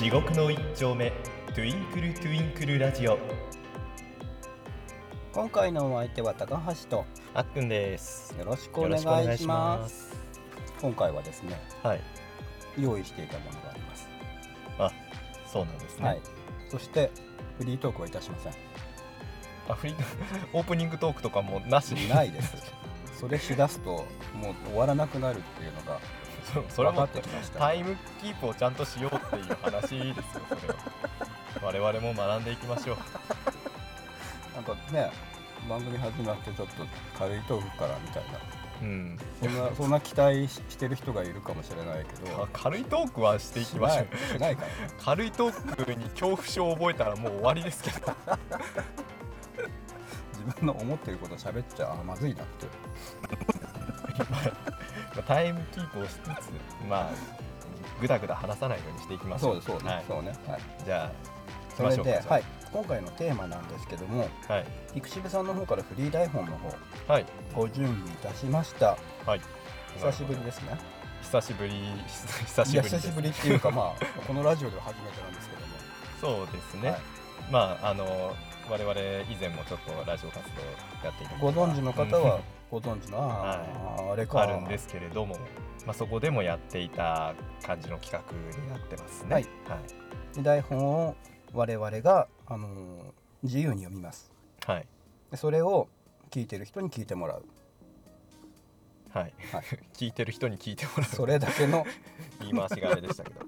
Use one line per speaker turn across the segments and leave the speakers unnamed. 地獄の一丁目トゥインクルトゥインクルラジオ
今回のお相手は高橋と
あっくんです
よろしくお願いします
す
今回はですね
はい
用意していたものがあります、
あそうなんですね、
はいそしてフリートークはいたしません
あフリー オープニングトークとかもなしに
ないですそれしだすともう終わらなくなるっていうのが
そそれは
分
も
か
う
ってきました
タイムキープをちゃんとしようっていう話ですよそれは我々も学んでいきましょう
なんかね番組始まってちょっと軽いトークからみたいな
うん
そん なそんな期待ししてる人がいるかもしれないけど
あ軽いトークはしていきましょう
しないしないからね
軽いトークに恐怖症を覚えたらもう終わりですけど
自分の思ってること喋っちゃあまずいなって
タイムキープをしつつまあぐだぐだ話さないようにしていきましょう
そうですそうです、
はい、
そうねはい
じゃあ行き
そ
ま
れ
しょうかじ
で、
ゃあ
はい、今回のテーマなんですけども
はい
ピクシブさんの方からフリー台本の方
はい
ご準備いたしました
はい
久しぶり
なる
ですね
ほど久しぶり 久久しぶりで
いや
す
久しぶりっていうかまあこのラジオでは初めてなんですけども
そうですね、
はい
まああの我々以前もちょっとラジオ活動やっていた
ご
ことが
存知の方 はご存知の、あーあれ
うん
か
あるんですけれども、まあ、そこでもやっていた感じの企画になってますね
はい、
はい
台本を我々が、あのー自由に読みます
はい
でそれを聞いてる人に聞いてもらう
はい、
はい
聞いてる人に聞いてもらう
それだけ の
言い回しがあれでしたけど、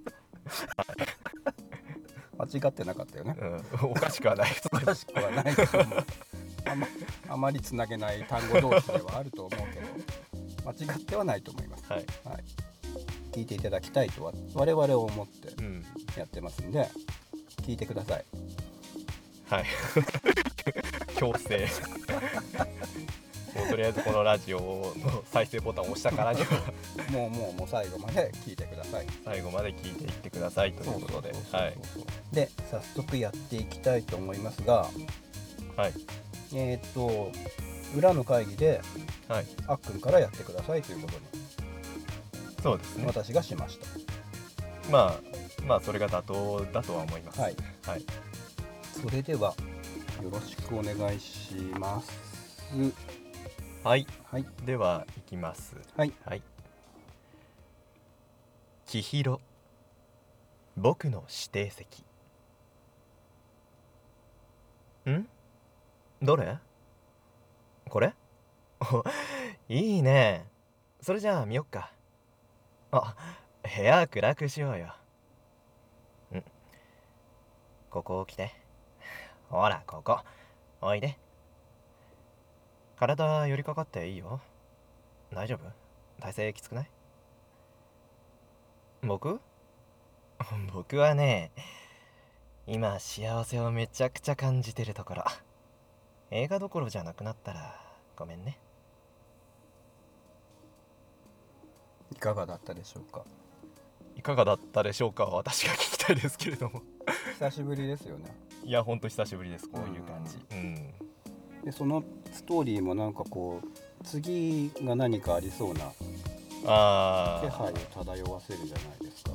間違ってなかったよね
うん、おかしくはないです
おかしくはないけどもあまあまりつなげない単語同士ではあると思うけど間違ってはないと思います
はい、
聞いていただきたいとは我々を思って
うん、
やってますんで聞いてください
はい 強制もうとりあえずこのラジオの再生ボタンを押したからには
もうもうもう最後まで聞いてください
最後まで聞いていってくださいということではい
で早速やっていきたいと思いますが
はい
えーっと裏の会議で
はい
あっくんからやってくださいということ
そうです
に
ね
私がしました
まあまあそれが妥当だとは思います
はい、
はい、
それではよろしくお願いします
はい、
はい
ではいきます
はい
はい千尋僕の指定席んどれこれ おいいねそれじゃあ見よっかあ部屋暗くしようよんここを来てほらここおいで体寄りかかっていいよ大丈夫体勢きつくない僕 僕はね今幸せをめちゃくちゃ感じてるところ映画どころじゃなくなったらごめんね
いかがだったでしょうか
いかがだったでしょうかは私が聞きたいですけれども
久しぶりですよね
いやほんと久しぶりですこういう感じうん
でそのストーリーもなんかこう次が何かありそうな
あ
気配を
あ
漂わせるじゃないですか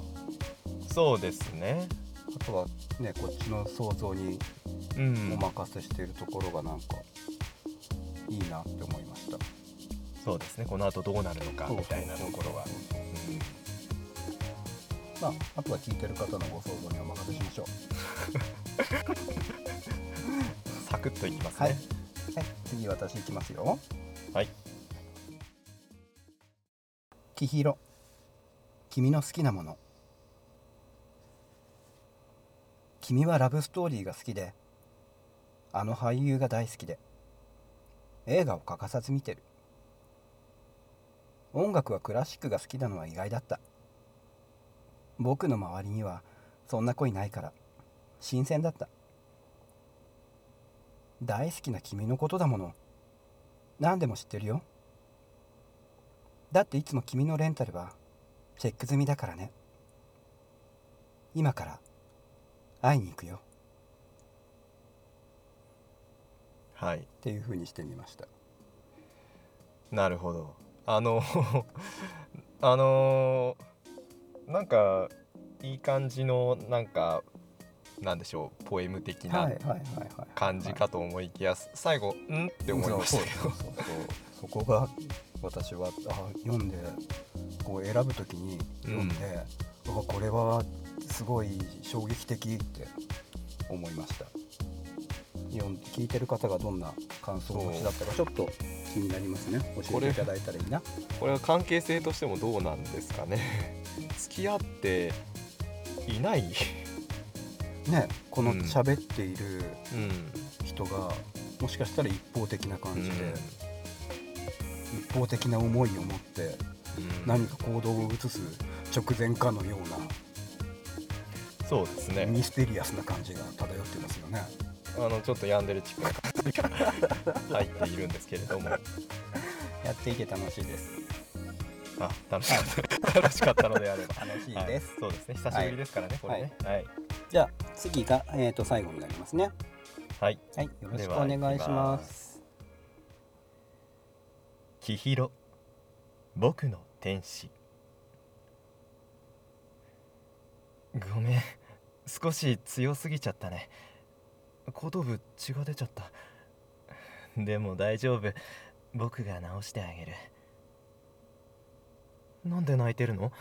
そうですね
あとはねこっちの想像に
う
お
ん
任せしているところがなんかいいなって思いました、
そうですねこの後どうなるのか
そう
みたいなところはうん
まああとは聞いてる方のご想像にお任せしましょう
サクッといきます
はい、
ね
はい、次私いきますよ
はい
千尋君の好きなもの君はラブストーリーが好きであの俳優が大好きで映画を欠かさず見てる音楽はクラシックが好きなのは意外だった僕の周りにはそんな子いないから新鮮だった大好きな君のことだもの何でも知ってるよだっていつも君のレンタルはチェック済みだからね今から会いに行くよ
はい
っていうふうにしてみました
なるほ どあのあのなんかいい感じのなんかなんでしょうポエム的
はい
な
はいはいはい
感じかと思いきや、最後「ん?」って思いましたけ
そ
ど
うそうそうそうそこが私はあ読んでこう選ぶときに読んで、うわこれはすごい衝撃的って思いました読ん聞いてる方がどんな感想をお持ちだったかちょっと気になりますね教え
こ
て
れ
いただいたらいいな
これは関係性としてもどうなんですかね 付き合っていない、
ねこの
うん
喋っている
うん
人が、もしかしたら一方的な感じで、一方的な思いを持って
うん
何か行動を移す直前かのような
そうですね
ミステリアスな感じが漂ってますよね。
あのちょっとヤンデルチックな感じ が入っているんですけれども
やっていて楽しいです。
あ楽しか った楽しかったのであれば
楽しい
はい
です。
そうですね久しぶりですからね、これねはい、
じゃあ次がえっ、と最後になりますね。
はい、
はい、よろし
で
くお
は
願いします。
きひろ僕の天使ごめん少し強すぎちゃったね後頭部血が出ちゃったでも大丈夫僕が治してあげるなんで泣いてるの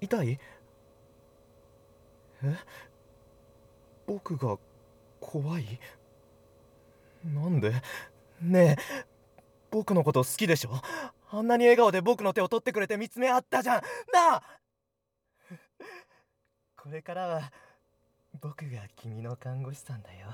痛いえ僕が怖いなんでねえ僕のこと好きでしょあんなに笑顔で僕の手を取ってくれて見つめ合ったじゃんなあ これからは僕が君の看護師さんだよ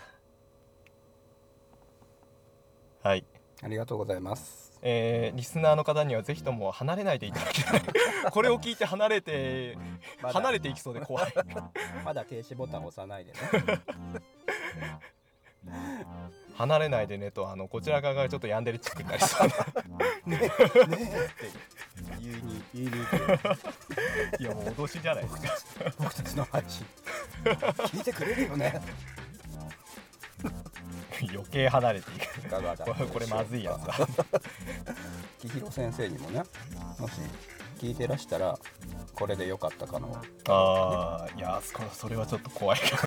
はい
ありがとうございます。
えー、リスナーの方にはぜひとも離れないでいただきたい これを聞いて離れて
まだ
離れていきそうで怖い
まだ停止ボタン押さないでね。
離れないでねとあのこちら側がちょっとヤンデレチックになりそうな
ねねって言いに言いに行く
いやもう脅しじゃないですか
僕たちの配信聞いてくれるよ ね。
余計離れていく
いかがだ
これこれまずいやつ だ
木ひろ先生にもね、もし聞いてらしたらこれで良かったかの
ああいやそこそれはちょっと怖いか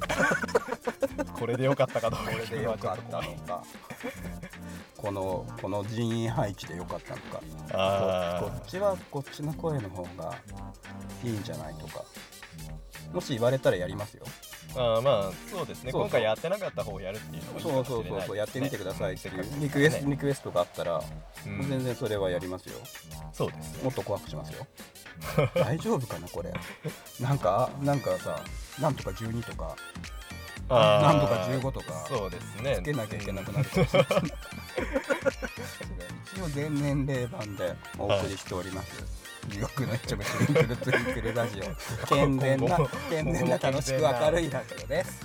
らこれでよかったかどうか
これで良かったのかこのこの人員配置で良かったのか
あ
ここっちはこっちの声の方がいいんじゃないとかもし言われたらやりますよ
ーあーまあそうですね
そうそう
今回やってなかった方をやるっていうのもいいか
そう
もし
そう
れ
そう
ない
そうやってみてくださいっ
せ
て
っ
い
かく
うリクエスト
ね
リクエストがあったら
うん
全然それはやりますよ
そうです
もっと怖くしますよ 大丈夫かなこれなんかなんかさなんとか12とか
あー
なんとか15とか
そうですね
つけなきゃいけなくなるかもしれない一応全年齢版でお送りしております。地獄の一丁目トゥインクルトゥインクルラジオ健全な
今後も
健全な楽しく明るいラジオです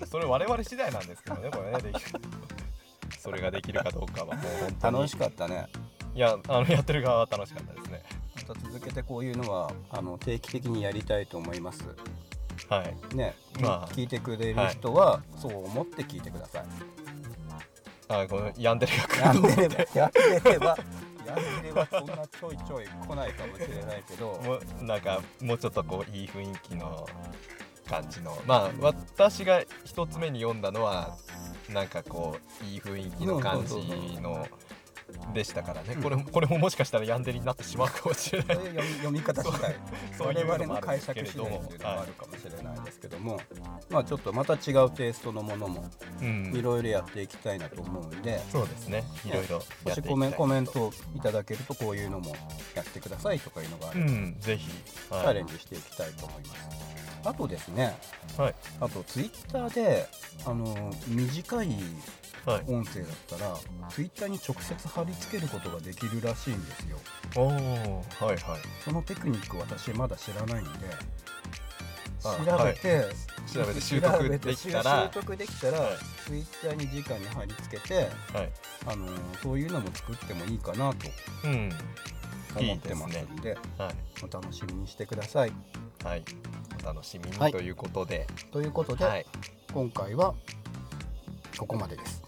うんそれ我々次第なんですけどねこれねできる それができるかどうかはもう本当に
楽しかったね
いやあのやってる側は楽しかったですね
また続けてこういうのはあの定期的にやりたいと思います
はい
ね、
まあ
聞いてくれる人はそう思って聞いてください、
あこのヤンデレが来
や
る
ん
と
でればやんでればやんでればそんなちょいちょい来ないかもしれないけど
もうなんかもうちょっとこういい雰囲気の感じのまあ私が一つ目に読んだのはなんかこういい雰囲気の感じ
そうそうそう
のでしたからね
うん
これもこれももしかしたらヤンデレになってしまうかもしれな
そう
い
いう読み読み方次第
そう
我
いう
々
の
の
もあるん
解
ですけ
釈
れ
次
ど
第
も
っていうのもあ
は
るかもしれないですけども、まあちょっとまた違うテイストのものも
い、う
い
ん、
ろいろやっていきたいなと思うんで、
そうですねいろいろ
も
やって
し
いきたい
コメコメントをいただけるとこういうのもやってくださいとかいうのがあ
う
れば、チ
んぜひは
ャ
い
レンジしていきたいと思います。あとですね、
はい
あとツイッターであの短い
はい
音声だったらツイッターに直接貼り付けることができるらしいんですよ。
おおーはいはい
そのテクニック私まだ知らないんで
あ
調べて、
調べて習得できたら
習得できたら、
はい
ツイッターに直に貼り付けて、
はい
あのーそういうのも作ってもいいかなと
うん
思ってますんで
は
お楽しみにしてください
い、はい、お楽しみ
はい
にということで、
ということで、
はい、
今回はここまでです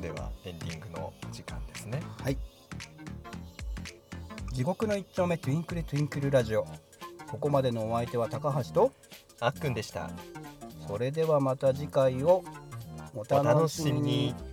ではエンディングの時間ですね
はい地獄の一丁目トゥインクルトゥインクルラジオここまでのお相手は高橋と
あっくんでした
それではまた次回をお
お
楽
楽
し
し
み
み
に
に。